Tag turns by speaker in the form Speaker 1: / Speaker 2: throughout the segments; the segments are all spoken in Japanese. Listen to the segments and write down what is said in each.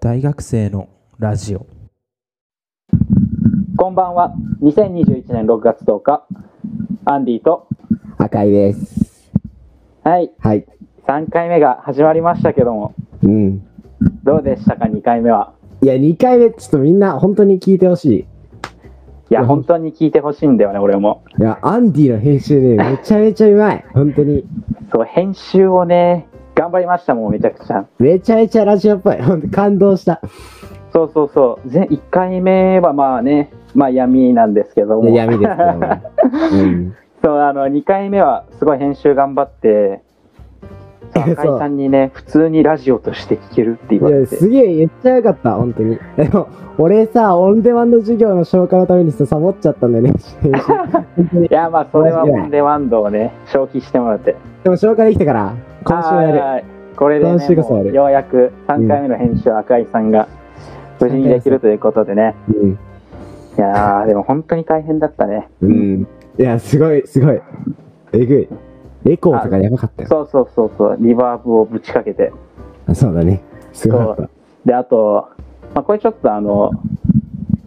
Speaker 1: 大学生のラジオ
Speaker 2: こんばんは。2021年6月10日、アンディと、
Speaker 3: 赤いです。
Speaker 2: はい、
Speaker 3: はい。
Speaker 2: 3回目が始まりましたけども、
Speaker 3: うん。
Speaker 2: どうでしたか、2回目は。
Speaker 3: いや、2回目、ちょっとみんな本当に聞いてほしい。
Speaker 2: いや、本当に聞いてほしいんだよね、俺も。
Speaker 3: いや、アンディの編集ね、めちゃめちゃうまい。本当に。
Speaker 2: そう、編集をね、頑張りましたもん、めちゃくちゃ。
Speaker 3: めちゃめちゃラジオっぽい。本当感動した。
Speaker 2: そうそうそう、ぜ1回目はまあね、まあ闇なんですけども、
Speaker 3: 闇ですけどね。うん。
Speaker 2: そうあの2回目はすごい編集頑張 って、そう赤
Speaker 3: そう
Speaker 2: 井さんにね、普通にラジオとして聞けるって言わ
Speaker 3: い
Speaker 2: れ
Speaker 3: や、
Speaker 2: て。
Speaker 3: すげえ、めっちゃよかった。本当に。でも、俺さ、オンデマンド授業の消化のためにさ、サボっちゃったんだよね。編集本当に。
Speaker 2: いや、まあ、それはオンデマンドをね、消費してもらって。
Speaker 3: でも消化できたから、今週はやる。
Speaker 2: る。これで、ね、
Speaker 3: 今週こそやる
Speaker 2: もうようやく3回目の編集、赤井さんが無事にできるということでね。
Speaker 3: うん。
Speaker 2: いやー、でも本当に大変だったね。
Speaker 3: うん。いや、すごい、すごい。えぐい。エコーとかやばかったよ。
Speaker 2: そうそうそうそう、リバーブをぶちかけて。
Speaker 3: あそうだね。すごかった。
Speaker 2: で、あと、まあ、これちょっとあの、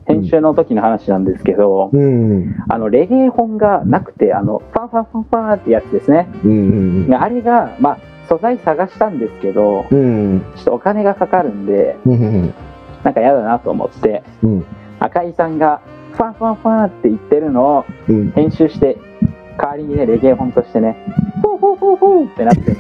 Speaker 2: 編集の時の話なんですけど、
Speaker 3: うん。
Speaker 2: あの、レゲエ本がなくて、あの、ファンファンファンファンってやつですね。
Speaker 3: うん
Speaker 2: あれが、まあ、素材探したんですけど、
Speaker 3: うんうん
Speaker 2: ちょっとお金がかかるんで、
Speaker 3: うんうん
Speaker 2: なんか嫌だなと思って、
Speaker 3: うん
Speaker 2: 赤井さんがファンファンファンって言ってるのを
Speaker 3: うん
Speaker 2: 編集して代わりにねレゲエ本としてねフォーフォーフォーフォーってなって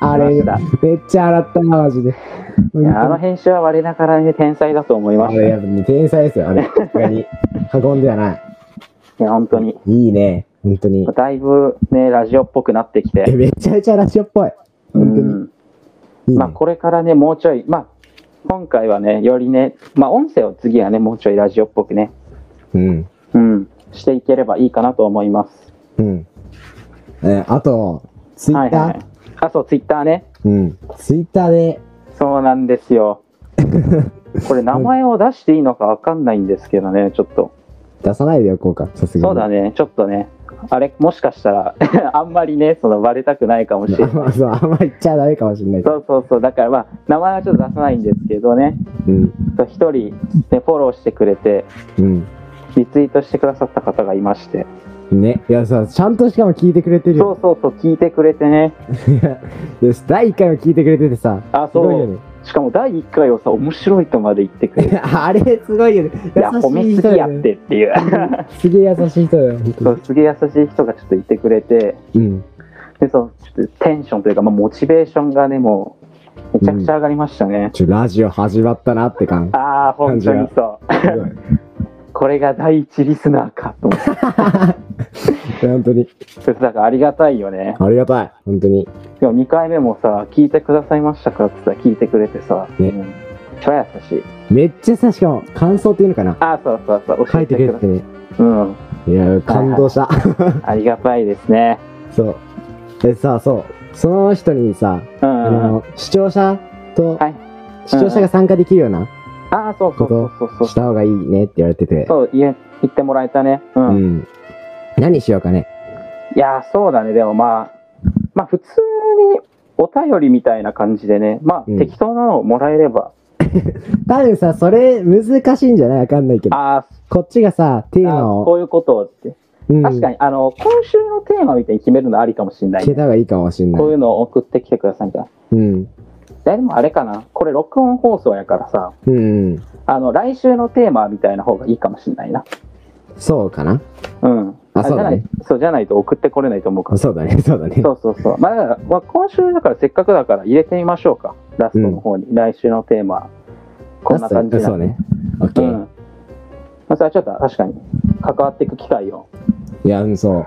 Speaker 3: あれ
Speaker 2: ま
Speaker 3: めっちゃ洗ったなマジで
Speaker 2: いやあの編集は我ながらね天才だと思いま
Speaker 3: あ
Speaker 2: した
Speaker 3: れ
Speaker 2: い
Speaker 3: やっぱね天才ですよあれさすがに運んではない
Speaker 2: や本当に
Speaker 3: いいね本当に
Speaker 2: だいぶねラジオっぽくなってきて
Speaker 3: えめちゃめちゃラジオっぽい本当
Speaker 2: う
Speaker 3: に
Speaker 2: ん
Speaker 3: いい
Speaker 2: まあ
Speaker 3: ね
Speaker 2: これからねもうちょいまあ今回はねよりねまあ音声を次はねもうちょいラジオっぽくね
Speaker 3: うん
Speaker 2: うんしていければいいかなと思います
Speaker 3: うんえあとツイ
Speaker 2: はい
Speaker 3: ッ
Speaker 2: はい、は
Speaker 3: タ
Speaker 2: い、あそうツイッターね
Speaker 3: ーうんツイッターで
Speaker 2: そうなんです よ。これ名前を出していいのかわかんないんですけどね、ちょっと。
Speaker 3: 出さないでおこうかさすがに
Speaker 2: そうだね、ちょっとね。あれ、もしかしたら、 あんまりね、そのバレたくないかもしれ
Speaker 3: あ
Speaker 2: なんい。
Speaker 3: まそうあんま言っちゃダメかもしれないけ
Speaker 2: そ
Speaker 3: ど
Speaker 2: うそうそう、だからまあ、名前はちょっと出さないんですけどね、
Speaker 3: うん
Speaker 2: 一人、ね、フォローしてくれて、
Speaker 3: うん
Speaker 2: リツイートしてくださった方がいまして、
Speaker 3: ねいやさちゃんとしかも聞いてくれてる
Speaker 2: そう
Speaker 3: よ
Speaker 2: そうそう、聞いてくれてね、
Speaker 3: いや第1回も聞いてくれててさ
Speaker 2: あ、
Speaker 3: す
Speaker 2: そ
Speaker 3: ごいよね
Speaker 2: う、しかも第1回をさ、面白いとまで言ってくれ
Speaker 3: い
Speaker 2: る。
Speaker 3: やあれすごいよね。
Speaker 2: いや、褒めすぎやっ。てっていう。
Speaker 3: すげえ優しい人だよ。本当
Speaker 2: そ
Speaker 3: に
Speaker 2: うすげえ優しい人がちょっといてくれて、
Speaker 3: うん。
Speaker 2: でそうちょっとテンションというか、まあ、モチベーションがねもうめちゃくちゃ上がりましたね、
Speaker 3: ちょラジオ始まったなって 感。
Speaker 2: ああ本当にそう
Speaker 3: すごい
Speaker 2: これが第一リスナーかと思って
Speaker 3: 本当に
Speaker 2: それだからありがたいよね
Speaker 3: ありがたい。本当に。
Speaker 2: でも2回目もさ聞いてくださいましたかってさ聞いてくれてさ、
Speaker 3: ね
Speaker 2: うん超優しい
Speaker 3: めっちゃさしかも感想っていうのかな。
Speaker 2: ああそうそうそう
Speaker 3: 書
Speaker 2: 教え
Speaker 3: いて
Speaker 2: て
Speaker 3: く
Speaker 2: く
Speaker 3: れ
Speaker 2: ださ
Speaker 3: て
Speaker 2: い
Speaker 3: てね。
Speaker 2: うん
Speaker 3: いや感動した。
Speaker 2: ありがたいですね
Speaker 3: そう。でさそうその人にさ
Speaker 2: う
Speaker 3: あ
Speaker 2: んあ
Speaker 3: の視聴者と
Speaker 2: はい
Speaker 3: 視聴者が参加できるような
Speaker 2: あーそうそうそうそう
Speaker 3: し
Speaker 2: そう
Speaker 3: た方がいいねって言われてて。
Speaker 2: そう言え言ってもらえたねうん、
Speaker 3: う
Speaker 2: い
Speaker 3: ん。何しようかね。
Speaker 2: やーそうだねでもまあまあ普通にお便りみたいな感じでねまあ、
Speaker 3: うん
Speaker 2: 適当なのをもらえれば
Speaker 3: 多分さそれ難しいんじゃないわかんないけど。
Speaker 2: あ
Speaker 3: こっちがさテー
Speaker 2: ーあ
Speaker 3: マ
Speaker 2: ー、
Speaker 3: を
Speaker 2: こういうことをって。
Speaker 3: うん
Speaker 2: 確かに、あの、今週のテーマみたいに決めるのありかもしれない
Speaker 3: 聞け
Speaker 2: ね。
Speaker 3: た方がいいかもしんな
Speaker 2: こうい
Speaker 3: い。
Speaker 2: うのを送ってきてくださいみたいな。
Speaker 3: うん。
Speaker 2: でもあれかな。これ録音放送やからさ、
Speaker 3: うんうん。
Speaker 2: あの、来週のテーマみたいな方がいいかもしれないな。
Speaker 3: そうかな
Speaker 2: うん。
Speaker 3: あ
Speaker 2: じ
Speaker 3: そう
Speaker 2: ゃ
Speaker 3: だ
Speaker 2: ない
Speaker 3: ね
Speaker 2: そうじゃないと送ってこれないと思うから。
Speaker 3: そうだね、 そうだね
Speaker 2: そ。うそうそう。まあ、だからまあ今週だからせっかくだから入れてみましょうか。ラストの方に。来週のテーマ。こんな感じ
Speaker 3: ラス
Speaker 2: な
Speaker 3: トそうん
Speaker 2: で
Speaker 3: ね。オッケ
Speaker 2: う
Speaker 3: ー。
Speaker 2: ん。まあそれはちょっと確かに関わっていく機会を。
Speaker 3: いや、うんそ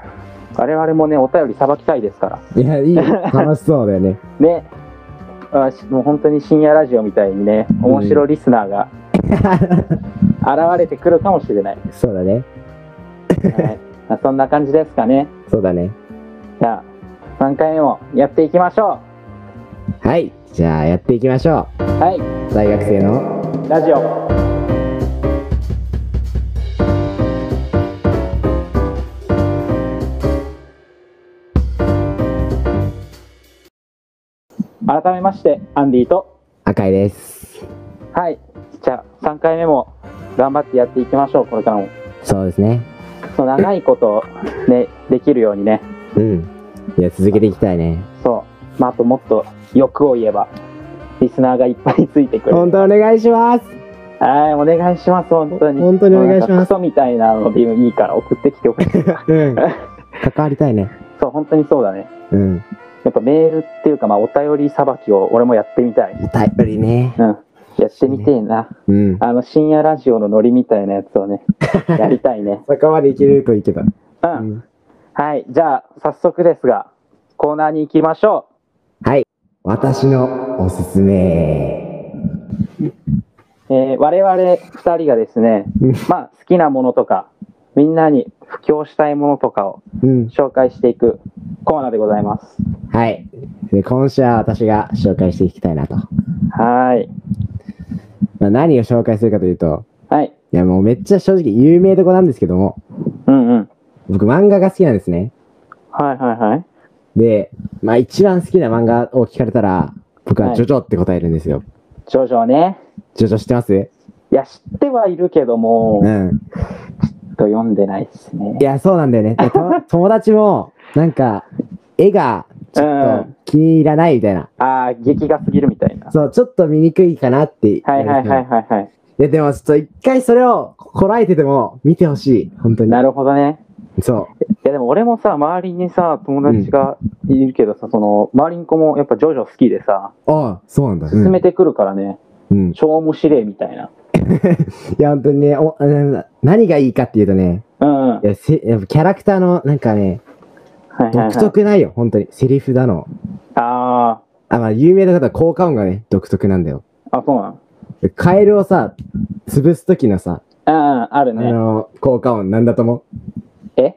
Speaker 2: 我々もね、お便りさばきたいですから。
Speaker 3: う。いや、いいよ。楽しそうだよね。
Speaker 2: ねあしもう本当に深夜ラジオみたいにね面白リスナーが現れてくるかもしれない、
Speaker 3: そうだね。
Speaker 2: はいまあそんな感じですかね
Speaker 3: そうだね。
Speaker 2: じゃあ3回目もやっていきましょ
Speaker 3: はい。じゃあ、やっていきましょ
Speaker 2: うは
Speaker 3: う。大学生の。
Speaker 2: いラジオ改めましてアンディと
Speaker 3: 赤井です。
Speaker 2: はい3回目も頑張ってやっていきましょうこれからも
Speaker 3: そうですね。
Speaker 2: そう長い こと、ね、できるようにね
Speaker 3: うん。いや、続けていきたいね。
Speaker 2: そう、まあ、あともっと欲を言えばリスナーがいっぱいついてくる
Speaker 3: 本当お願いし ます。
Speaker 2: はいお願いします本当に
Speaker 3: 本当にお願いし
Speaker 2: もうなん
Speaker 3: ま
Speaker 2: か
Speaker 3: す。
Speaker 2: クソみたいなのでいいから送ってきてほしい
Speaker 3: うん。関わりたいね。
Speaker 2: そう本当にそうだね
Speaker 3: うん。
Speaker 2: やっぱメールっていうか、まあ、お便りさばきを俺もやってみたい。
Speaker 3: お便りね。
Speaker 2: うん。やってみてえな。
Speaker 3: うん。
Speaker 2: あの、深夜ラジオのノリみたいなやつを ね、やりたいね。
Speaker 3: そこまでいけるといいけど。
Speaker 2: う。
Speaker 3: うんん。
Speaker 2: はい。じゃあ、早速ですが、コーナーに行きましょ
Speaker 3: 私のおすすめ。
Speaker 2: う。えー我々二人がですね
Speaker 3: うん、
Speaker 2: まあ、好きなものとか、みんなに布教したいものとかを
Speaker 3: うん。
Speaker 2: 紹介していくコーナーでございます。
Speaker 3: はい。で今週は私が紹介していきたいなと。
Speaker 2: はい。
Speaker 3: まあ、何を紹介するかというと、
Speaker 2: はい。
Speaker 3: いやもうめっちゃ正直有名どこなんですけども、
Speaker 2: うんうん。
Speaker 3: 僕漫画が好きなんですね。
Speaker 2: はいはいはい。
Speaker 3: で、まあ一番好きな漫画を聞かれたら、僕はジョジョって答えるんですよ。
Speaker 2: ジョジョね。
Speaker 3: ジョジョ知ってます
Speaker 2: いや、知ってはいるけども、
Speaker 3: う
Speaker 2: ちょ
Speaker 3: ん。
Speaker 2: っと読んでないですね
Speaker 3: い。や、そうなんだよ ね。でと友達も、なんか、絵がちょっと気に入らないみたいな。
Speaker 2: ああ、劇が過ぎるみたいな。
Speaker 3: そう、ちょっと見にくいかなって。
Speaker 2: はいはいはいはいはい。
Speaker 3: いや、でもちょっと一回それをこらえてでも見てほしい。本当に。
Speaker 2: なるほどね。
Speaker 3: そ
Speaker 2: いやでも俺もさ、周りにさ、友達がいるけどさ、その、周りに子もやっぱジョジョ好きでさ、
Speaker 3: う。ああ、そうなんだ。
Speaker 2: 進めてくるからね、
Speaker 3: うん。うん。い
Speaker 2: 超面白いみたいな。
Speaker 3: や、本当にね、おあの何がいいかっていうとね、
Speaker 2: うんうん。はいい
Speaker 3: やせやっぱキャラクターのなんかね、
Speaker 2: はい、
Speaker 3: 独
Speaker 2: はい。
Speaker 3: 特ないよ。本当に。セリフだの。
Speaker 2: あ
Speaker 3: あ、まあ、有名な方は効果音がね、独特なんだよ。
Speaker 2: あ、あ、そうなの。
Speaker 3: カエルをさ、潰す時のさ、
Speaker 2: うんうん、ある
Speaker 3: あ
Speaker 2: ね。
Speaker 3: の、効果音なんだと思う
Speaker 2: え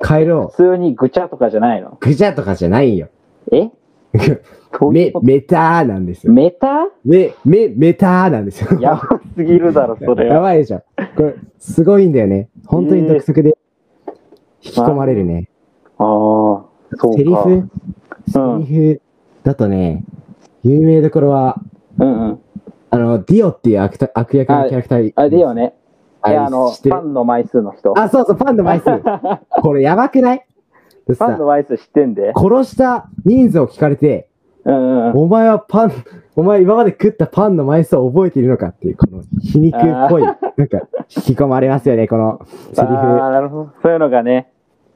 Speaker 3: カエルを
Speaker 2: 普通にぐちゃとかじゃないの
Speaker 3: ぐちゃとかじゃないよ。
Speaker 2: えどうい
Speaker 3: め
Speaker 2: うこ、と
Speaker 3: メターなんですよ。
Speaker 2: メタ
Speaker 3: め、め、メターなんですよ。
Speaker 2: やばすぎるだろ、それ
Speaker 3: や
Speaker 2: は。
Speaker 3: ばいでしょ。これ、すごいんだよね。本当に独特で、引き込まれるね。
Speaker 2: ああ、そうか。
Speaker 3: セリフ、
Speaker 2: うん
Speaker 3: セリフだとね、有名どころは、
Speaker 2: うんうん。
Speaker 3: あの、ディオっていう悪た悪役のキャラクター。
Speaker 2: あ、でよ
Speaker 3: ね。
Speaker 2: ね。
Speaker 3: あ
Speaker 2: い
Speaker 3: れ
Speaker 2: や、あの、
Speaker 3: 知
Speaker 2: フ
Speaker 3: ってる
Speaker 2: ァンの枚数の人。フ
Speaker 3: あ、そうそう、ファンの枚数。 これやばくないで
Speaker 2: ァン
Speaker 3: さ
Speaker 2: の、枚数知ってんで。
Speaker 3: 殺した人数を聞かれて、
Speaker 2: うんうん。
Speaker 3: お前はパン、お前今まで食ったパンの枚数を覚えているのかっていう、この皮肉っぽい、なんか引き込まれますよね、このセリ
Speaker 2: ああ、
Speaker 3: フ。
Speaker 2: なるほど。そういうのがね、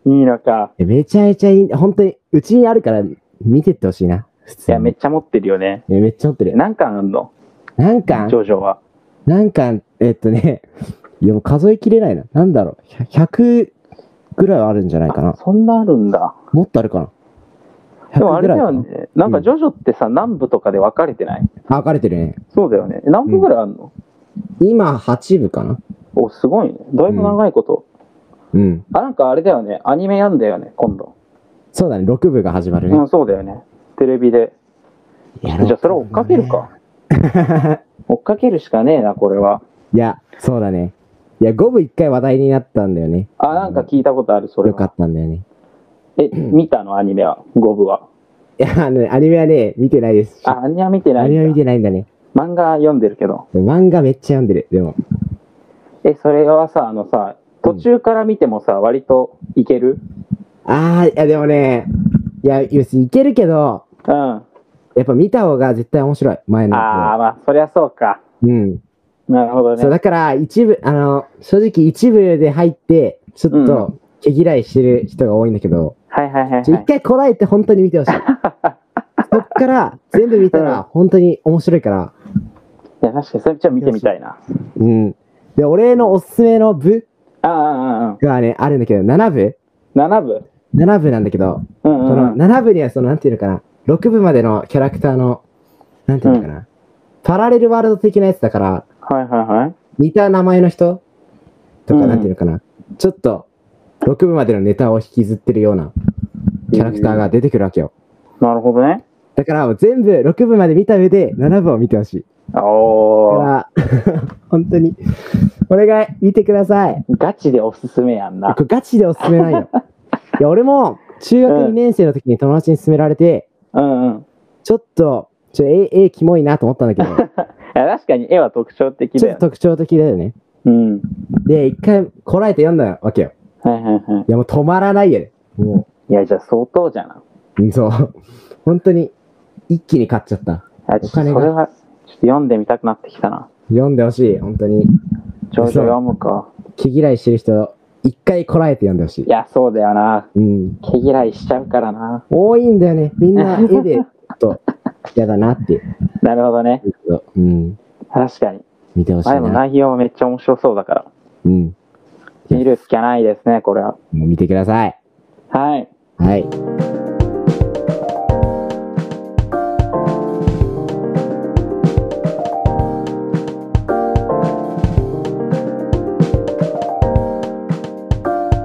Speaker 2: いいのか。
Speaker 3: めちゃめちゃいい、本当に、うちにあるから見てってほしいな。普
Speaker 2: い
Speaker 3: 通に
Speaker 2: や、めっちゃ持ってるよね。
Speaker 3: えめっちゃ持ってる。
Speaker 2: 何巻あんの
Speaker 3: 何巻
Speaker 2: ジョジョは。
Speaker 3: 何巻えっとね、 いやもう数えきれないな。なんだろう、100ぐらいはあるんじゃないかな。
Speaker 2: そんなあるんだ。
Speaker 3: もっとあるかな。
Speaker 2: でもあれだ
Speaker 3: 100ぐらいか
Speaker 2: よ
Speaker 3: な。
Speaker 2: ね。なんかジョジョってさ、南部とかで分かれてない
Speaker 3: あ分かれてるね。
Speaker 2: そうだよね。何部ぐらいあんの
Speaker 3: 今、8部かな。
Speaker 2: お、すごいね。だいぶ長いこと。
Speaker 3: うん。
Speaker 2: あ、なんかあれだよね。アニメやんだよね、今度。
Speaker 3: そうだね、6部が始まる
Speaker 2: う
Speaker 3: ね。
Speaker 2: ん、そうだよね。テレビで。
Speaker 3: いや
Speaker 2: じゃあそれ追っかける か。追っかけるしかねえな、これは。
Speaker 3: いや、そうだね。いや、5部1回話題になったんだよね。
Speaker 2: あ、なんか聞いたことある、それ
Speaker 3: よか
Speaker 2: は。
Speaker 3: ったんだよね。
Speaker 2: え、見たのアニメは。五部は。
Speaker 3: いや、あの、アニメはね、見てないです。
Speaker 2: あ、アニメは見てな
Speaker 3: ア
Speaker 2: い
Speaker 3: ニメは見
Speaker 2: んだ。
Speaker 3: てないんだね。
Speaker 2: 漫画読んでるけど。
Speaker 3: 漫画めっちゃ読んでる。でも、
Speaker 2: え、それはさ、あのさ、途中から見てもさ、割といける
Speaker 3: あー、いや、でもね、いや、別にいけるけど、
Speaker 2: うん。あ
Speaker 3: やっぱ見た方が絶対面白い。前
Speaker 2: あー、
Speaker 3: のや
Speaker 2: まあ、そりゃそうか。
Speaker 3: つは。うん。
Speaker 2: なるほど
Speaker 3: そ
Speaker 2: ね。
Speaker 3: う、だから、一部、あの、正直一部で入って、ちょっ
Speaker 2: う
Speaker 3: と、毛嫌いしてる人が多いんだけど、
Speaker 2: はいはいはい、
Speaker 3: ちょ
Speaker 2: は
Speaker 3: 一回こらえて本当に 見てほしい。そっから、全部見た
Speaker 2: うん
Speaker 3: ら、本当に面白いから、
Speaker 2: い。いや、確かに、それちょっと見てみたいな。
Speaker 3: うん。で、俺のおすすめの部
Speaker 2: ああ、ああ、あ
Speaker 3: がね、あるんだけど、7部
Speaker 2: あ。7部
Speaker 3: ?7 部なんだけど、
Speaker 2: うんう
Speaker 3: その
Speaker 2: んうん。
Speaker 3: 7部にはその、なんていうのかな、6部までのキャラクターの、なんていうのかな、パラレルワールド的なやつだから、
Speaker 2: はいはいはい。
Speaker 3: 似た名前の人と
Speaker 2: う
Speaker 3: か、
Speaker 2: ん
Speaker 3: なんていうのかな、ちょっと、6部までのネタを引きずってるようなキャラクターが出てくるわけよ。
Speaker 2: なるほどね。
Speaker 3: だから、全部6部まで見た上で、7部を見てほしい。だ
Speaker 2: おー。
Speaker 3: から、 本当に、お願い、見てください。
Speaker 2: ガチでおすすめやんな
Speaker 3: こ。れガチでおすすめないよ。いや、俺も中学2年生の時に友達に勧められて、
Speaker 2: うんうん。
Speaker 3: ちょっと、ちょ、ええ、ええ、キモいなと思ったんだけど、
Speaker 2: や確かに絵は特徴的
Speaker 3: ち
Speaker 2: だ
Speaker 3: ょっ
Speaker 2: よ
Speaker 3: と。特徴的だよね。
Speaker 2: うん。
Speaker 3: で、一回こらえて読んだわけよ。
Speaker 2: はいはいはい
Speaker 3: や、もう止まらないよね。も
Speaker 2: い。いや、じゃあ相当じゃな。
Speaker 3: う、 そう。本当に、一気に買っちゃった。
Speaker 2: あちょっとそ
Speaker 3: お金
Speaker 2: れ
Speaker 3: が
Speaker 2: は、ちょっと読んでみたくなってきたな。
Speaker 3: 読んでほしい。本当に。
Speaker 2: ちょうど読むか。
Speaker 3: 毛嫌いしてる人、一回こらえて読んでほしい
Speaker 2: い。や、そうだよな。
Speaker 3: うん。
Speaker 2: 毛嫌いしちゃうからな。
Speaker 3: 多いんだよね。みん な絵で、ちょっと、嫌だなっていう
Speaker 2: なるほどね。
Speaker 3: 人。うん。
Speaker 2: 確かに。
Speaker 3: 見てほしい
Speaker 2: あでも
Speaker 3: な。
Speaker 2: 内容もめっちゃ面白そうだから。
Speaker 3: うん。も
Speaker 2: 見るしかないですね、これは。
Speaker 3: う見てください。
Speaker 2: はい。
Speaker 3: はい。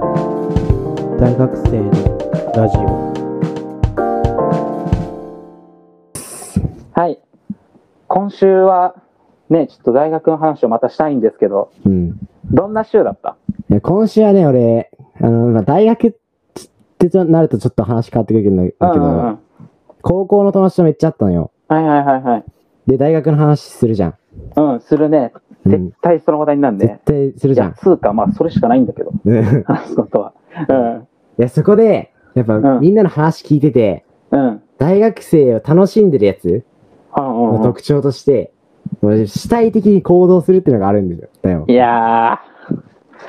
Speaker 1: 大学生のラジオ
Speaker 2: はい。今週は、ね、ちょっと大学の話をまたしたいんですけど、
Speaker 3: うん。
Speaker 2: どんな週だった
Speaker 3: いや今週はね、俺、あの、まあ、大学ってなるとちょっと話変わってくるんだけど、
Speaker 2: うんうんうん。
Speaker 3: 高校の友達とめっちゃあったのよ。
Speaker 2: はいはいはいはい。
Speaker 3: で、大学の話するじゃん。
Speaker 2: うん、するね。
Speaker 3: うん
Speaker 2: 絶対その話題になる
Speaker 3: 絶
Speaker 2: ね。
Speaker 3: 対する
Speaker 2: い
Speaker 3: じゃ
Speaker 2: や、
Speaker 3: ん。
Speaker 2: つうか、まあ、それしかないんだけど、
Speaker 3: うん
Speaker 2: 話すことは。
Speaker 3: いや、そこで、やっぱ、
Speaker 2: うん
Speaker 3: みんなの話聞いてて、
Speaker 2: うん。うん。
Speaker 3: 大学生を楽しんでるやつ
Speaker 2: うん
Speaker 3: の
Speaker 2: うんうん、
Speaker 3: 特徴として、もう主体的に行動するっていうのがあるんですよ。だよ
Speaker 2: い。や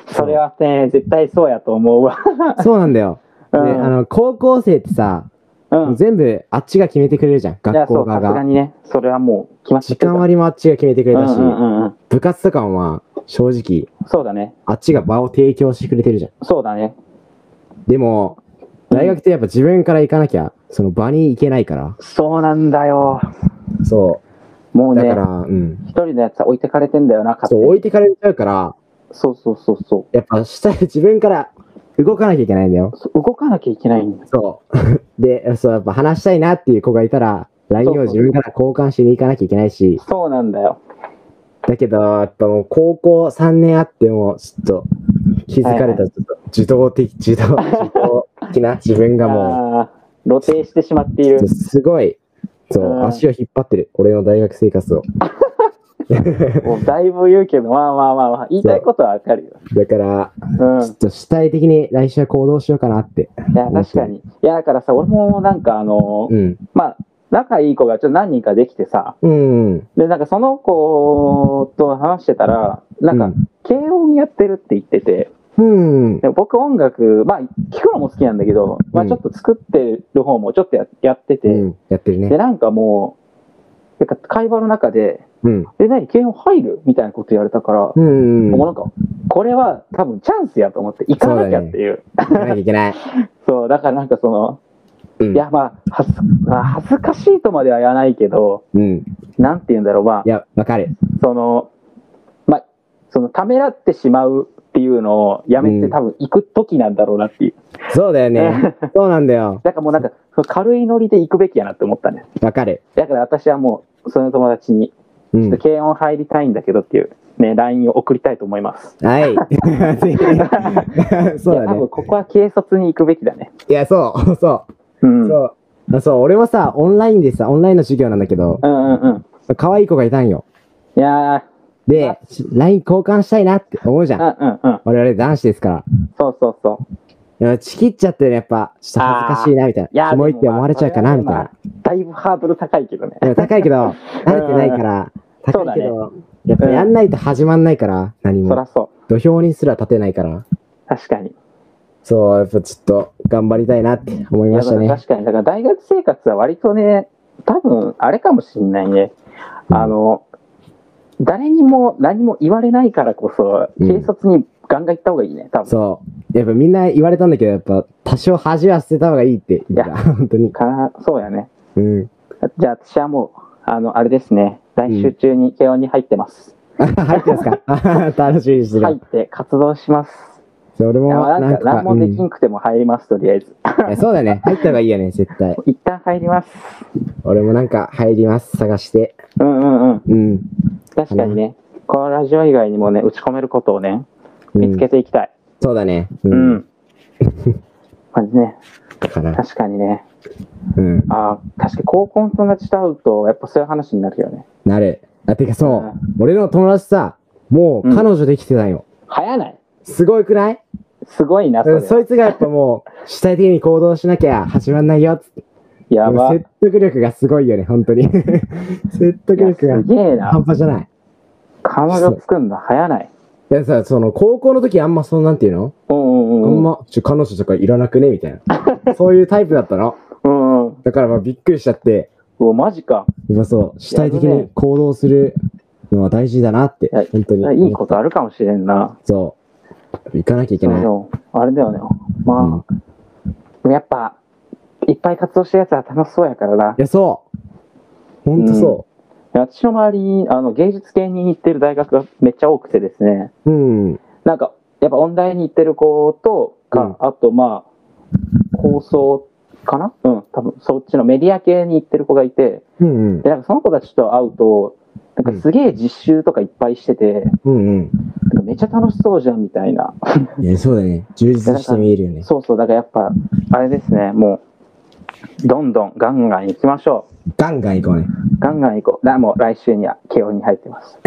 Speaker 2: ー、それはね、絶対そうやと思うわ。
Speaker 3: そうなんだよ。
Speaker 2: う
Speaker 3: で、
Speaker 2: ん
Speaker 3: あの、高校生ってさ、
Speaker 2: うん。
Speaker 3: 全部あっちが決めてくれるじゃん。
Speaker 2: いや、
Speaker 3: 学
Speaker 2: そ
Speaker 3: 校
Speaker 2: う、さ
Speaker 3: 側
Speaker 2: すが
Speaker 3: が。
Speaker 2: にね、それはもう決まって
Speaker 3: 時
Speaker 2: るから
Speaker 3: 間割もあっちが決めてくれたし、
Speaker 2: うんうんうんうん。
Speaker 3: 部活とかもまあ、正直、
Speaker 2: そうだね。
Speaker 3: あっちが場を提供してくれてるじゃん。
Speaker 2: そうだね。
Speaker 3: でも、大学ってやっぱ自分から行かなきゃ、その場に行けないから。
Speaker 2: そうなんだよ。
Speaker 3: そ
Speaker 2: も
Speaker 3: う。
Speaker 2: う
Speaker 3: だ
Speaker 2: ね
Speaker 3: か、ら、うん。
Speaker 2: 一人のやつは置いてかれてんだよな、勝
Speaker 3: そ
Speaker 2: 手
Speaker 3: う、置
Speaker 2: に
Speaker 3: いてかれちゃうから、
Speaker 2: そうそうそうそ
Speaker 3: やっぱ下で自分から動かなきゃいけないんだよ
Speaker 2: う。。そう動かなきゃいけないんだよ。
Speaker 3: そう。 で、そう、やっぱ話したいなっていう子がいたら、LINE
Speaker 2: そうそ
Speaker 3: を
Speaker 2: う
Speaker 3: 自分から交換しに行かなきゃいけないし、
Speaker 2: そうなんだよ。
Speaker 3: だけど、やっぱもう高校3年あっても、ちょっと気づかれた、ちょっと受動的、受動、受動的な自分がも
Speaker 2: あー露呈してしまっている
Speaker 3: う、。すごい、そうう、
Speaker 2: ん
Speaker 3: 足を引っ張ってる、俺の大学生活を。
Speaker 2: もうだいぶ言うけど、まあまあまあ、まあ、言いたいことはわかるよ。
Speaker 3: だから、
Speaker 2: うん。
Speaker 3: ちょっと主体的に来週は行動しようかなって。
Speaker 2: いや、確かに。いや、だからさ、俺もなんかあの、
Speaker 3: うん。
Speaker 2: まあ、仲いい子がちょっと何人かできてさ、
Speaker 3: うんうん。
Speaker 2: で、なんかその子と話してたら、なんか、軽音やってるって言ってて、
Speaker 3: うん。うん。
Speaker 2: で僕音楽、まあ、聞くのも好きなんだけど、まあ、
Speaker 3: うん
Speaker 2: ちょっと作ってる方もちょっとややってて、
Speaker 3: うん。やってる
Speaker 2: で、
Speaker 3: ね。
Speaker 2: なんかもう、なんか会話の中で、
Speaker 3: うん。
Speaker 2: え、何、軽音入るみたいなこと言われたから、
Speaker 3: うん。うん
Speaker 2: もうなんか、これは多分チャンスやと思って、行かなきゃっていう。
Speaker 3: 行かなきゃいけない。
Speaker 2: そう、だからなんかその、
Speaker 3: うん
Speaker 2: いや、まあ、恥ずまあ恥ずかしいとまでは言わないけど、
Speaker 3: うん。
Speaker 2: なんて言うんだろう、まあ
Speaker 3: い、や、わかる。
Speaker 2: その、まあ、その、ためらってしまうっていうのをやめ
Speaker 3: う
Speaker 2: て
Speaker 3: ん
Speaker 2: 多分行く時なんだろうなっていう。
Speaker 3: そうだよね。そうなんだよ。
Speaker 2: だからもうなんか、その軽いノリで行くべきやなって思ったね。
Speaker 3: わかる。
Speaker 2: だから私はもう、その友達に、
Speaker 3: う
Speaker 2: ちょ
Speaker 3: ん
Speaker 2: っと。軽音入りたいんだけどっていう、ね、LINE を送りたいと思います。
Speaker 3: はい。そう
Speaker 2: い
Speaker 3: だ
Speaker 2: や多
Speaker 3: ね
Speaker 2: 分。ここは軽率に行くべきだね。
Speaker 3: いや、そう、そうう、
Speaker 2: ん。うん
Speaker 3: そう。あそう、俺はさ、オンラインでさ、オンラインの授業なんだけど、
Speaker 2: うんうん。
Speaker 3: 可愛い子がいたんよ。
Speaker 2: いやー、
Speaker 3: で、LINE 交換したいなって思うじゃ。
Speaker 2: うんんうんうん。
Speaker 3: 我々男子ですから。
Speaker 2: そうそうそう。
Speaker 3: でもちきっちゃってね、やっぱ、ちょっと恥ずかしいな、みたい
Speaker 2: いや
Speaker 3: な。
Speaker 2: ー
Speaker 3: キモいって思われちゃうかな、
Speaker 2: で
Speaker 3: み
Speaker 2: も
Speaker 3: たい
Speaker 2: まあ
Speaker 3: な。
Speaker 2: だいぶハードル高いけどね。
Speaker 3: でも高いけど、慣れてないから、
Speaker 2: そう
Speaker 3: 高
Speaker 2: だ
Speaker 3: い
Speaker 2: ね
Speaker 3: けど、やっぱやんないと始まんないから、何
Speaker 2: そら
Speaker 3: も。
Speaker 2: そ
Speaker 3: 土俵にすら立てないから。
Speaker 2: う。確かに。い
Speaker 3: そう、やっぱちょっと、頑張りたいなって思いま
Speaker 2: や
Speaker 3: したね。
Speaker 2: 確かに。だから大学生活は割とね、多分、あれかもしんないね。
Speaker 3: うん
Speaker 2: あの、誰にも何も言われないからこそ、
Speaker 3: うん
Speaker 2: 軽率にガンガン行った方がいいね、多分。
Speaker 3: そう。やっぱみんな言われたんだけど、やっぱ多少恥は捨てた方がいいって言ってた。 本当に。
Speaker 2: かそうやね。
Speaker 3: うん。
Speaker 2: じゃあ私はもう、あの、あれですね。来週中に慶応に入ってます。
Speaker 3: 入ってますか 楽しみにしてる。
Speaker 2: 入って活動します。
Speaker 3: そう俺
Speaker 2: い
Speaker 3: も
Speaker 2: やまあな
Speaker 3: なんん
Speaker 2: か
Speaker 3: か
Speaker 2: 何も
Speaker 3: う
Speaker 2: で
Speaker 3: ん
Speaker 2: きんくても入ります、とりあえず。
Speaker 3: いやそうだね。入った方がいいよね、絶対。
Speaker 2: 一旦入ります。
Speaker 3: 俺もなんか入ります。探して。
Speaker 2: うんうんうん。
Speaker 3: うん。
Speaker 2: 確かにね。このラジオ以外にもね、打ち込めることをね、
Speaker 3: うん
Speaker 2: 見つけていきたい。
Speaker 3: そうだね。う。
Speaker 2: うんん。まあね、
Speaker 3: かな。
Speaker 2: 確かにね。
Speaker 3: うん。
Speaker 2: ああ、確かに高校の友達と会うと、やっぱそういう話になるよね。
Speaker 3: なる。あ、てかそうう。俺の友達さ、もう彼女できてたんよ。
Speaker 2: 早ない
Speaker 3: すごいくない
Speaker 2: すごいな、それ。
Speaker 3: そいつがやっぱもう、主体的に行動しなきゃ始まんないよっつって。
Speaker 2: やば。い
Speaker 3: 説得力がすごいよね、本当 に。説得
Speaker 2: や
Speaker 3: 力
Speaker 2: す
Speaker 3: が
Speaker 2: げえな
Speaker 3: 半。端じゃない。
Speaker 2: 彼女作んだ、早ない。
Speaker 3: いやさ、その、高校の時あんまそんなんていうの、
Speaker 2: うんうん
Speaker 3: あ
Speaker 2: うんん。
Speaker 3: ま、ちょ、彼女とかいらなくねみたいな。そういうタイプだったの。
Speaker 2: うんうん。
Speaker 3: だからまあびっくりしちゃって、
Speaker 2: うわ、マジか。
Speaker 3: 今そう、主体的に行動するのは大事だなって
Speaker 2: いや、
Speaker 3: 本当
Speaker 2: い
Speaker 3: に
Speaker 2: や。いいことあるかもしれんな。
Speaker 3: そう。行かなきゃいけ
Speaker 2: で
Speaker 3: ない。
Speaker 2: も、あれだよね。
Speaker 3: う
Speaker 2: ま
Speaker 3: ん
Speaker 2: あ、でもやっぱ、いっぱい活動してるやつは楽しそうやからな。
Speaker 3: いや、そう。ほんとそ
Speaker 2: 私の周りに、あの、芸術系に行ってる大学がめっちゃ多くてですね。
Speaker 3: う。うん。
Speaker 2: なんか、やっぱ音大に行ってる子とか、あとまあ、放送かなうん、多分そっちのメディア系に行ってる子がいて、
Speaker 3: うんうん。
Speaker 2: で、なんかその子たちと会うと、なんかすげえ実習とかいっぱいしてて、
Speaker 3: うん
Speaker 2: なんかめっちゃ楽しそうじゃんみたいな。
Speaker 3: うん。いや、そうだね。充実して見えるよね。
Speaker 2: そうそう、だからやっぱ、あれですね、もう、どんどんガンガン行きましょう。
Speaker 3: ガンガン行こうね。
Speaker 2: ガンガン行こう。だからもう来週には軽音に入って ます。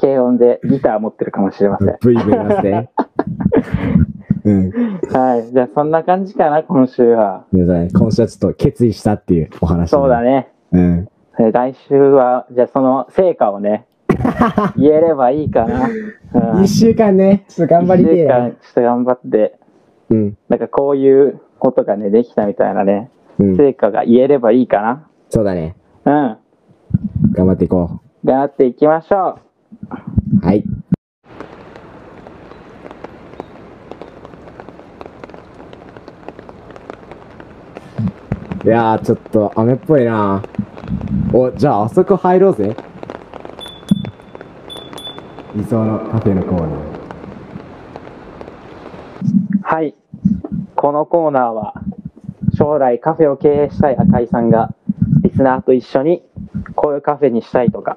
Speaker 2: 軽音でギター持ってるかもしれません。
Speaker 3: ブイブイます ね。うん。
Speaker 2: はい。じゃあそんな感じかな、今週は。
Speaker 3: ごめんなさい。今週はちょっと決意したっていうお話。
Speaker 2: そうだ。ね。
Speaker 3: うん。
Speaker 2: えー来週は、じゃあその成果を ね、言えればいいかな。うん
Speaker 3: 一週間ね、ちょっと頑張りて
Speaker 2: 一
Speaker 3: え
Speaker 2: 週
Speaker 3: な
Speaker 2: 間。ちょっと頑張って、
Speaker 3: うん。
Speaker 2: なんかこういうことがね、できたみたいなね、
Speaker 3: うん。
Speaker 2: 成果が言えればいいか
Speaker 3: そうだね。
Speaker 2: な。うん。
Speaker 3: 頑張っていこ
Speaker 2: 頑張っていきましょう。
Speaker 3: う。はい。いやー、ちょっと雨っぽいなお、じゃああそこ入ろうぜ。理想のカフェのコーナー。
Speaker 2: はい。このコーナーは、将来カフェを経営したい赤井さんが、リスナーと一緒に、こういうカフェにしたいとか、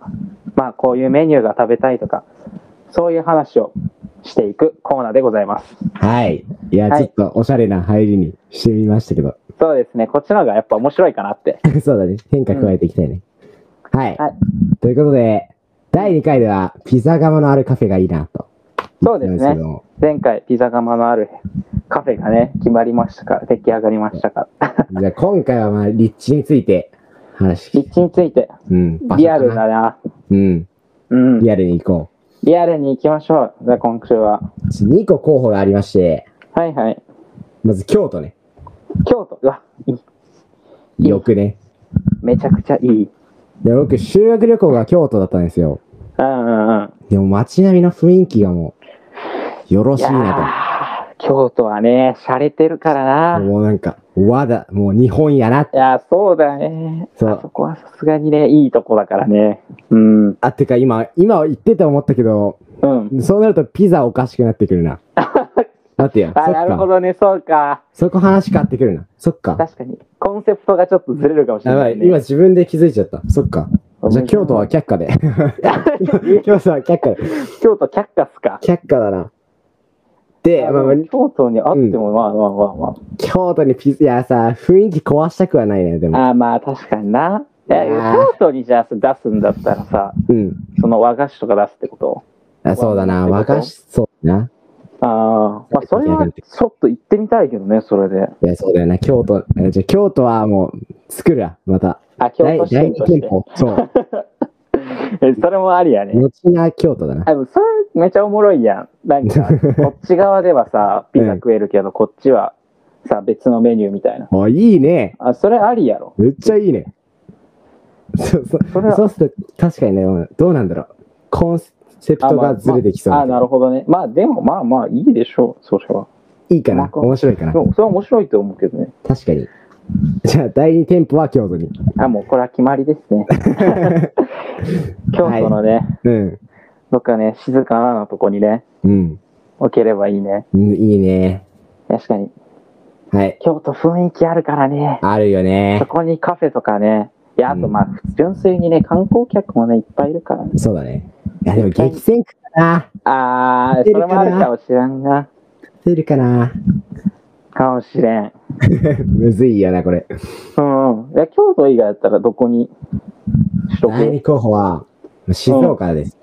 Speaker 2: まあ、こういうメニューが食べたいとか、そういう話をしていくコーナーでございます。
Speaker 3: はい。いや、
Speaker 2: はい
Speaker 3: ちょっとおしゃれな入りにしてみましたけど。
Speaker 2: そうですね。こっちの方がやっぱ面白いかなって。
Speaker 3: そうだね。変化加えていきたいね。はい。
Speaker 2: はい
Speaker 3: ということで、第2回では、ピザ窯のあるカフェがいいなと。
Speaker 2: そうですね
Speaker 3: 言ってたんけども
Speaker 2: 前回、ピザ窯のあるカフェがね、決まりましたから、出来上がりましたから。
Speaker 3: じゃあ、今回は、まあ、立地について話し、
Speaker 2: 立地について、
Speaker 3: うん、場所かな
Speaker 2: リアルだな。
Speaker 3: うん、
Speaker 2: うん。
Speaker 3: リアルに行こ
Speaker 2: リアルに行きましょう。じゃあ、今週は。
Speaker 3: う。2個候補がありまして、
Speaker 2: はいはい。
Speaker 3: まず京都ね。
Speaker 2: 京都。うわ、いい。いい
Speaker 3: よくね。
Speaker 2: めちゃくちゃいい。
Speaker 3: で、僕、修学旅行が京都だったんですよ。
Speaker 2: うんうんうん。
Speaker 3: でも、街並みの雰囲気がもう、よろ
Speaker 2: い
Speaker 3: しい
Speaker 2: や
Speaker 3: な
Speaker 2: ー京都はね、洒落てるから
Speaker 3: と。
Speaker 2: な。
Speaker 3: もうなんか、和だ、もう日本やな。
Speaker 2: いやー、そうだね。
Speaker 3: そう
Speaker 2: あそこはさすがにね、いいとこだからね。うん。うん。
Speaker 3: あ、てか今、今は言ってて思ったけど、そうなるとピザおかしくなってく るな。待ってよ。
Speaker 2: あ、
Speaker 3: そっ
Speaker 2: なるほ
Speaker 3: か。
Speaker 2: どね、そうか。
Speaker 3: そこ話変わってくるな。そっか。
Speaker 2: 確かに。コンセプトがちょっとずれるかもしれ
Speaker 3: や
Speaker 2: な
Speaker 3: ば
Speaker 2: い、
Speaker 3: い。
Speaker 2: ね。
Speaker 3: 今自分で気づいちゃった。そっか。じゃあ京都は却下で。 京都は却下で。
Speaker 2: 京都却下っすか。
Speaker 3: 却下だな。で、まあまあ
Speaker 2: 京都にあっても、まあまあまあま
Speaker 3: 京都にピザ、いやさ、雰囲気壊したくはないね、でも。
Speaker 2: あ。あーまあ確かにな。いや
Speaker 3: いやー
Speaker 2: 京都にじゃあ出すんだったらさ、
Speaker 3: うん。
Speaker 2: その和菓子とか出すってこと
Speaker 3: あそうだな。和菓子、そうだな。
Speaker 2: あー、まあ、それはちょっと行ってみたいけどね、それで。
Speaker 3: いや、そうだよな。京都、えじゃあ京都はもう、作るわ、また。
Speaker 2: あ、京
Speaker 3: 第
Speaker 2: 都支
Speaker 3: 第
Speaker 2: 店と
Speaker 3: 二
Speaker 2: し
Speaker 3: 店
Speaker 2: て。
Speaker 3: 舗。 そう。
Speaker 2: え それもありやね。
Speaker 3: 後な京都だな。
Speaker 2: あでもそれめちゃおもろいやん。なん か、こっち側ではさ、ピザ食えるけど、こっちはさ、別のメニューみたいな。
Speaker 3: あ、いいね。
Speaker 2: あ、それありやろ。
Speaker 3: めっちゃいいね。そうそう
Speaker 2: それは
Speaker 3: そうすると、確かにね、うんどうなんだろう。コンセプ
Speaker 2: あ
Speaker 3: ト
Speaker 2: まあ
Speaker 3: がずれてきそう。
Speaker 2: まあ、あなるほどね。まあ、でもまあまあいいでしょう、それは。
Speaker 3: いいか
Speaker 2: ま
Speaker 3: な。
Speaker 2: あ
Speaker 3: 面白いか
Speaker 2: で
Speaker 3: な。
Speaker 2: も、それは面白いと思うけどね。
Speaker 3: 確かに。じゃあ、第2店舗は京都に。
Speaker 2: あ、もうこれは決まりです ね。京都のね、
Speaker 3: うん。
Speaker 2: どっかね、静かなとこにね、
Speaker 3: うん。
Speaker 2: 置ければいいね。
Speaker 3: うんいいね。
Speaker 2: 確かに。
Speaker 3: はい。
Speaker 2: 京都雰囲気あるからね。
Speaker 3: あるよね
Speaker 2: そ。こにカフェとかね。いや、あとまあ、純粋にね、観光客もね、いっぱいいるからね。
Speaker 3: そうだね。いや、でも激戦区かな。
Speaker 2: ああ、そ
Speaker 3: 出る
Speaker 2: れ
Speaker 3: か
Speaker 2: もあ
Speaker 3: な
Speaker 2: るかもしれんな。
Speaker 3: 出るかな。
Speaker 2: かもしれん。
Speaker 3: むずいよな、これ。
Speaker 2: うんうん。いや、京都以外だったらどこにしと
Speaker 3: 第
Speaker 2: く
Speaker 3: 2候補は、静岡です。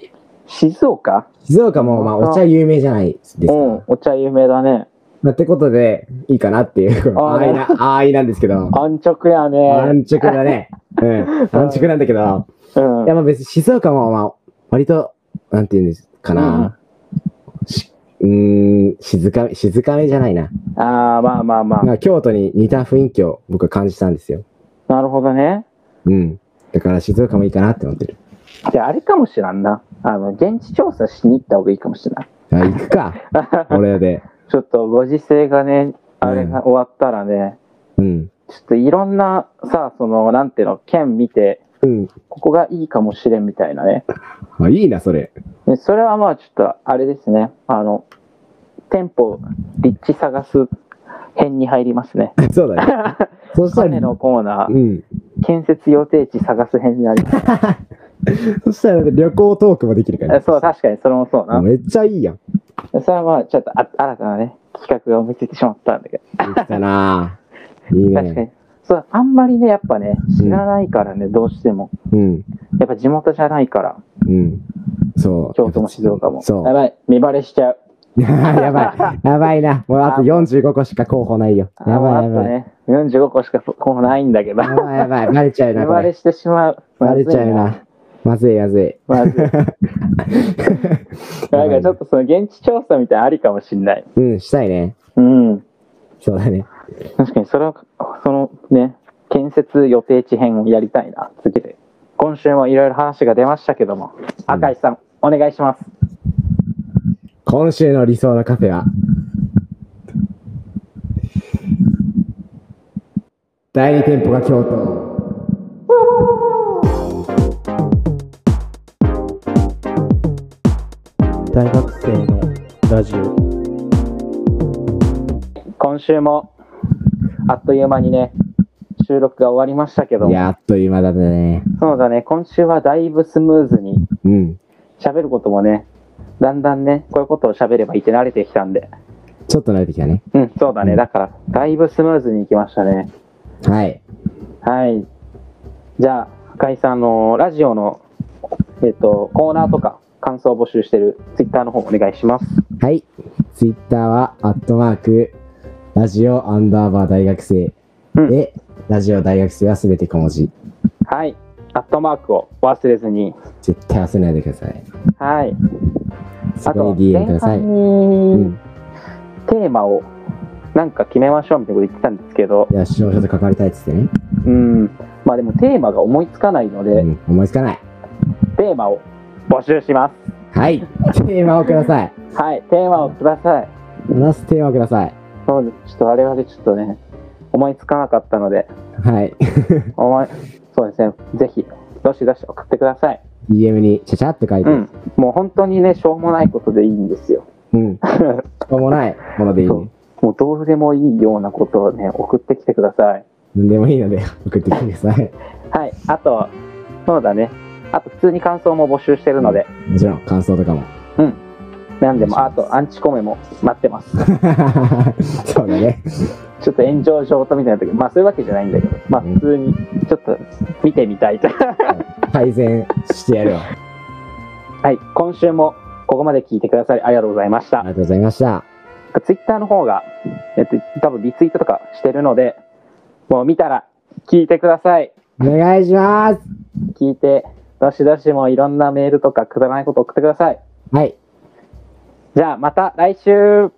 Speaker 2: 静岡
Speaker 3: 静岡も、まあ、お茶有名じゃないです
Speaker 2: う
Speaker 3: か。
Speaker 2: ん、お茶有名だね。
Speaker 3: まあってことで、いいかなっていう、この
Speaker 2: あ
Speaker 3: あ
Speaker 2: ー
Speaker 3: いな、あいなんですけど、
Speaker 2: 安直やね。
Speaker 3: 安直だね。うん、安直なんだけ ど、
Speaker 2: うん。
Speaker 3: いや、まあ別に静岡も、まあ、割と、なんていうんですかな。しうーん、静かめ、静かめじゃないな。
Speaker 2: ああ、まあまあま
Speaker 3: まあ、京都に似た雰囲気を僕は感じたんですよ。
Speaker 2: あ。なるほどね。
Speaker 3: うん。だから静岡もいいかなって思ってる。
Speaker 2: じゃあ、あれかもしらんな。あの、現地調査しに行った方がいいかもしれない。
Speaker 3: あ、行くか。 俺で。
Speaker 2: ちょっとご時世がね、あれが終わったらね、
Speaker 3: うん。
Speaker 2: ちょっといろんな、さ、その、なんていうの、県見て、
Speaker 3: うん。
Speaker 2: ここがいいかもしれんみたいなね。
Speaker 3: あ、いいな、それ。
Speaker 2: でそれはまあちょっとあれですねあの店舗立地探す編に入りますね
Speaker 3: そうだね。 そうした
Speaker 2: カフェの
Speaker 3: ら、
Speaker 2: コーナー
Speaker 3: うん。
Speaker 2: 建設予定地探す編になります
Speaker 3: そしたら旅行トークもできるから。
Speaker 2: えそう確かにそれもそうな
Speaker 3: めっちゃいいやん。
Speaker 2: それはまあちょっとあ新たなね企画を見つけてしまったんだけど
Speaker 3: できた なぁ。いい
Speaker 2: 確か
Speaker 3: ね。
Speaker 2: にそうあんまりねやっぱね知らないからね、どうしても
Speaker 3: うん。
Speaker 2: やっぱ地元じゃないから
Speaker 3: うん。そう。
Speaker 2: 京都も静岡も
Speaker 3: そう
Speaker 2: や。ばい見バレしちゃう
Speaker 3: やばい。やばいな。もうあと45個しか候補ないよ。
Speaker 2: あ
Speaker 3: やばい
Speaker 2: あ
Speaker 3: や
Speaker 2: と
Speaker 3: ばい。
Speaker 2: ね45個しかこうないんだけど
Speaker 3: やばいやばい。バレちゃう
Speaker 2: 見
Speaker 3: な、こ
Speaker 2: バレ
Speaker 3: れ。
Speaker 2: してしまう
Speaker 3: バレちゃうな。まずいまずい。
Speaker 2: まずい なまずいなんかちょっとその現地調査みたいなのありかもしんない。
Speaker 3: うん、したいね。
Speaker 2: うん。
Speaker 3: そうだね。
Speaker 2: 確かにそれは、そのね、建設予定地編をやりたいな、次で。今週もいろいろ話が出ましたけども、赤井さん、お願いします。
Speaker 3: 今週の理想のカフェは、第2店舗が京都。
Speaker 1: 大学生のラジオ
Speaker 2: 今週も、あっという間にね、収録が終わりましたけど
Speaker 3: い
Speaker 2: も、
Speaker 3: や、あっという間だね。
Speaker 2: そうだね、今週はだいぶスムーズに
Speaker 3: うん。
Speaker 2: 喋ることもね、だんだんね、こういうことを喋ればいいって慣れてきたんで、
Speaker 3: ちょっと慣れてきたね。
Speaker 2: うん、そうだね、だから、だいぶスムーズにいきましたね。
Speaker 3: はい。
Speaker 2: はい。じゃあ、深井さん、あのラジオの、えっとコーナーとか感想を募集してるツイッターの方お願いします。
Speaker 3: はい。ツイッターは、アットマーク、ラジオアンダーバー大学生。
Speaker 2: うん
Speaker 3: で、ラジオ大学生はすべて小文字。
Speaker 2: はい。アットマークを忘れずに。
Speaker 3: 絶対忘れないでください。
Speaker 2: はい。
Speaker 3: そ
Speaker 2: あ、
Speaker 3: ことに DM
Speaker 2: 前
Speaker 3: ください。
Speaker 2: 半
Speaker 3: う
Speaker 2: に
Speaker 3: ん。
Speaker 2: テーマをなんか決めましょうみたいなこと言ってたんですけど、
Speaker 3: いや、視聴者と関わりたいっつってね。
Speaker 2: うん。まあでもテーマが思いつかないので、
Speaker 3: うん、思いつかない。
Speaker 2: テーマを募集しま
Speaker 3: はい。テーマをください。
Speaker 2: す。はい。テーマをください。
Speaker 3: 話すテーマをください。
Speaker 2: そうです。ちょっと我々ちょっとね、思いつかなかったので、
Speaker 3: はい。
Speaker 2: 思い、そうですね。ぜひ、どしどし送ってください。
Speaker 3: DM にちゃちゃって書いて。
Speaker 2: う。ん、もう本当にね、しょうもないことでいいんですよ。
Speaker 3: うん。しょうもないものでいい
Speaker 2: そ
Speaker 3: ね
Speaker 2: う。もうどうでもいいようなことをね、送ってきてください。
Speaker 3: 何でもいいので 送ってきてください。
Speaker 2: はい、あと、そうだね、あと普通に感想も募集してるので、
Speaker 3: もちろん感想とかも。
Speaker 2: なんでも、あ
Speaker 3: お願いします
Speaker 2: とアンチコメも待ってます。
Speaker 3: そうだね。
Speaker 2: ちょっと炎上上等みたいな時、まあそういうわけじゃないんだけど、まあ
Speaker 3: うん
Speaker 2: 普通にちょっと見てみたいと。
Speaker 3: 改善してやるわ。あ
Speaker 2: はい、今週もここまで聞いてくださりありがとうございまし
Speaker 3: り
Speaker 2: た
Speaker 3: が。とうございました。
Speaker 2: ツイッターの方が、えっと、多分リツイートとかしてるので、もう見たら聞いてください。
Speaker 3: お願いします。
Speaker 2: 聞いて、どしどしもいろんなメールとかくだらないこと送ってください。
Speaker 3: はい。
Speaker 2: じゃあまた来週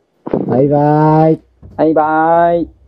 Speaker 3: バイバーイ。
Speaker 2: バイバーイ